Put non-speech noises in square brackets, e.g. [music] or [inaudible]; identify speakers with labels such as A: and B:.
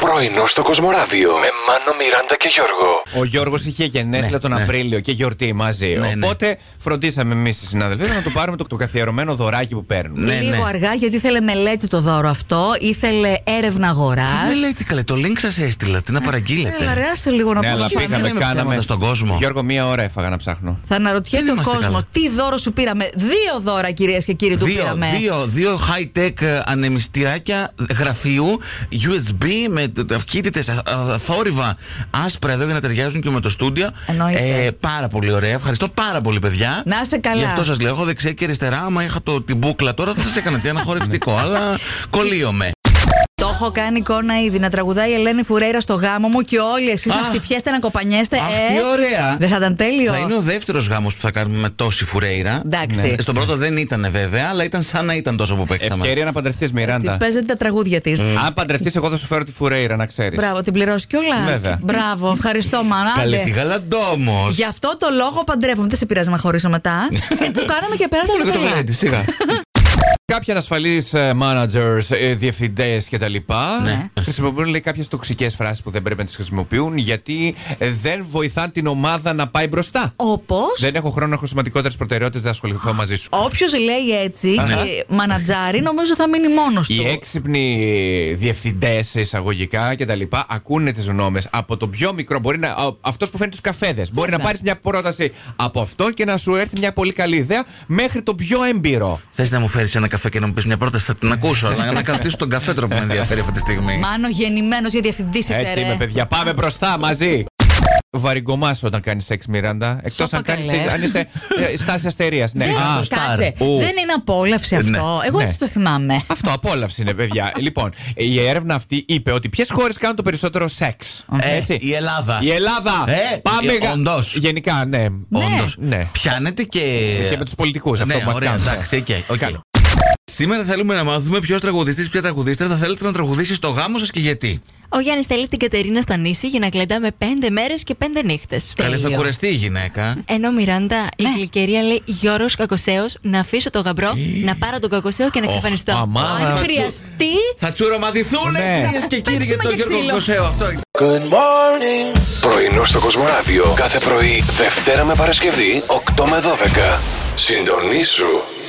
A: Πρωινό στο Κοσμοράδιο με Μάνο, Μιράντα και Γιώργο.
B: Ο Γιώργος είχε γενέθλια
C: Ναι,
B: τον
C: ναι.
B: Απρίλιο και γιορτή μαζί.
C: Ναι, ναι.
B: Οπότε φροντίσαμε εμείς οι συνάδελφοι να του πάρουμε το, το καθιερωμένο δωράκι που παίρνουμε.
C: Ναι,
D: Λίγο
C: ναι.
D: αργά γιατί ήθελε μελέτη το δώρο αυτό, ήθελε έρευνα αγοράς.
C: Τι με λέτε καλέ, το link σας έστειλα,
D: Ε,
C: τι να παραγγείλετε.
D: Αργά σε λίγο
B: Ναι,
D: να πούμε.
B: αλλά
D: πάμε.
B: πήγαμε,
C: λέμε
B: κάναμε.
C: ψέματα στον κόσμο.
B: Γιώργο, μία ώρα έφαγα να ψάχνω.
D: Θα αναρωτιέται
C: Δεν
D: ο
C: είμαστε
D: κόσμος
C: καλά.
D: τι δώρο σου πήραμε. Δύο δώρα, κυρίες και κύριοι, του
C: Δύο,
D: πήραμε.
C: δύο, δύο high-tech ε, ανεμιστηράκια γραφείου USB με τ- ταυκίτητες α- α- θόρυβα άσπρα εδώ για να ταιριάζουν και με το στούντιο. Ε,
D: Εννοείται.
C: πάρα πολύ ωραία. Ευχαριστώ πάρα πολύ, παιδιά.
D: Να είσαι καλά.
C: Γι' αυτό σας λέω: Έχω δεξιά και αριστερά. Άμα είχα το, την μπουκλα τώρα θα σας έκανα τι ένα χορευτικό. αλλά κολλείομαι.
D: Το έχω κάνει εικόνα ήδη. Να τραγουδάει η Ελένη Φουρέιρα στο γάμο μου και όλοι εσείς να
C: Α.
D: χτυπιέστε, να κοπανιέστε.
C: Αχ,
D: ε.
C: τι ωραία!
D: Δεν θα ήταν τέλειο.
C: Θα είναι ο δεύτερος γάμος που θα κάνουμε με τόση φουρέιρα.
D: Εντάξει.
C: Ε, Στον πρώτο δεν ήταν βέβαια, αλλά ήταν σαν να ήταν τόσο που παίξαμε.
B: Ευκαιρία να παντρευτείς, Μιράντα.
D: Τι Παίζετε τα τραγούδια της.
C: Ναι.
B: Αν παντρευτείς, εγώ θα σου φέρω τη φουρέιρα, να ξέρεις.
D: Μπράβο, την πληρώσεις κιόλας.
B: Βέβαια.
D: Μπράβο, ευχαριστώ, μάνα.
C: Καλέ
D: Άντε.
C: τη γαλαντό όμω.
D: Γι' αυτό το λόγο παντρεύομαι. Δεν σε πειράζει να χωρίσω μετά. ε, το κάναμε και πέρασε
C: Μόνο και Ναι. το
D: καλά.
C: γλέντι,
D: [laughs]
C: σιγά.
B: Κάποιοι ανασφαλείς managers, ε, διευθυντέ κτλ.
C: Ναι.
B: χρησιμοποιούν λέει κάποιες τοξικές φράσεις που δεν πρέπει να τις χρησιμοποιούν γιατί ε, δεν βοηθάν την ομάδα να πάει μπροστά.
D: Όπως.
B: Δεν έχω χρόνο, έχω σημαντικότερες προτεραιότητες, δεν ασχοληθώ μαζί σου.
D: Όποιος λέει έτσι και μανατζάρι, νομίζω θα μείνει μόνος του.
B: Οι έξυπνοι διευθυντές εισαγωγικά και τα λοιπά ακούνε τις γνώμες από τον πιο μικρό. Μπορεί να. Αυτός που φέρνει τους καφέδες. Μπορεί να πάρεις μια πρόταση από αυτό και να σου έρθει μια πολύ καλή ιδέα μέχρι τον πιο έμπειρο.
C: Θες να μου φέρεις ένα καφέ και να μου πεις μια πρόταση, θα την ακούσω. Αλλά να κρατήσω τον καφέ τρόπο που με ενδιαφέρει αυτή τη στιγμή.
D: Μάνο γεννημένος για διευθυντή είσαι,
B: Έτσι
D: ρε.
B: είμαι, παιδιά. Πάμε μπροστά μαζί. Βαριγκωμά όταν κάνεις σεξ, Μιράντα. Εκτός αν,
D: καλέ.
B: κάνεις, σεξ- αν είσαι ε, στάση αστερία.
D: [laughs]
B: Ναι,
D: Δεν,
B: Α,
D: κάτσε,
B: Ου.
D: δεν είναι απόλαυση αυτό.
B: Ναι,
D: Εγώ
B: ναι.
D: έτσι το θυμάμαι.
B: Αυτό απόλαυση είναι, παιδιά. λοιπόν, η έρευνα αυτή είπε ότι ποιες χώρες κάνουν το περισσότερο σεξ.
C: Ε,
B: Έτσι.
C: η Ελλάδα.
B: Η Ελλάδα!
C: Ε,
B: Πάμε
C: ε,
B: γα-
C: όντως.
B: Γενικά, ναι.
C: Όντως.
B: Ναι.
C: Πιάνεται και.
B: Και με τους πολιτικούς αυτό
C: Ναι,
B: που μας
C: ωραία,
B: κάνουν.
C: εντάξει, οκ, οκ.
B: Καλό.
C: Σήμερα θέλουμε να μάθουμε ποιος τραγουδιστής, ποια τραγουδίστρια θα θέλετε να τραγουδήσει στο γάμο σας και γιατί.
E: Ο Γιάννης θέλει την Κατερίνα στα νήσι για να κλεντάμε πέντε μέρες και πέντε νύχτες.
C: Καλή, θα κουραστεί η γυναίκα.
E: Ενώ η Μιράντα, η γλυκερία λέει Γιώργο Κακοσέο, να αφήσω το γαμπρό, να πάρω τον Κακοσέο και να εξαφανιστώ.
B: μαμά.
E: Αν
B: Θα
E: χρειαστεί.
C: Θα τσουρομαδηθούν
B: Ναι.
C: κυρίες και κύριοι για
D: παίξουμε
C: τον
D: και
C: Γιώργο
D: ξύλο.
C: Κοσέο. Αυτό
A: Πρωινό στο Κοσμοράδιο κάθε πρωί, Δευτέρα με Παρασκευή, 8 με 12. Συντονίσου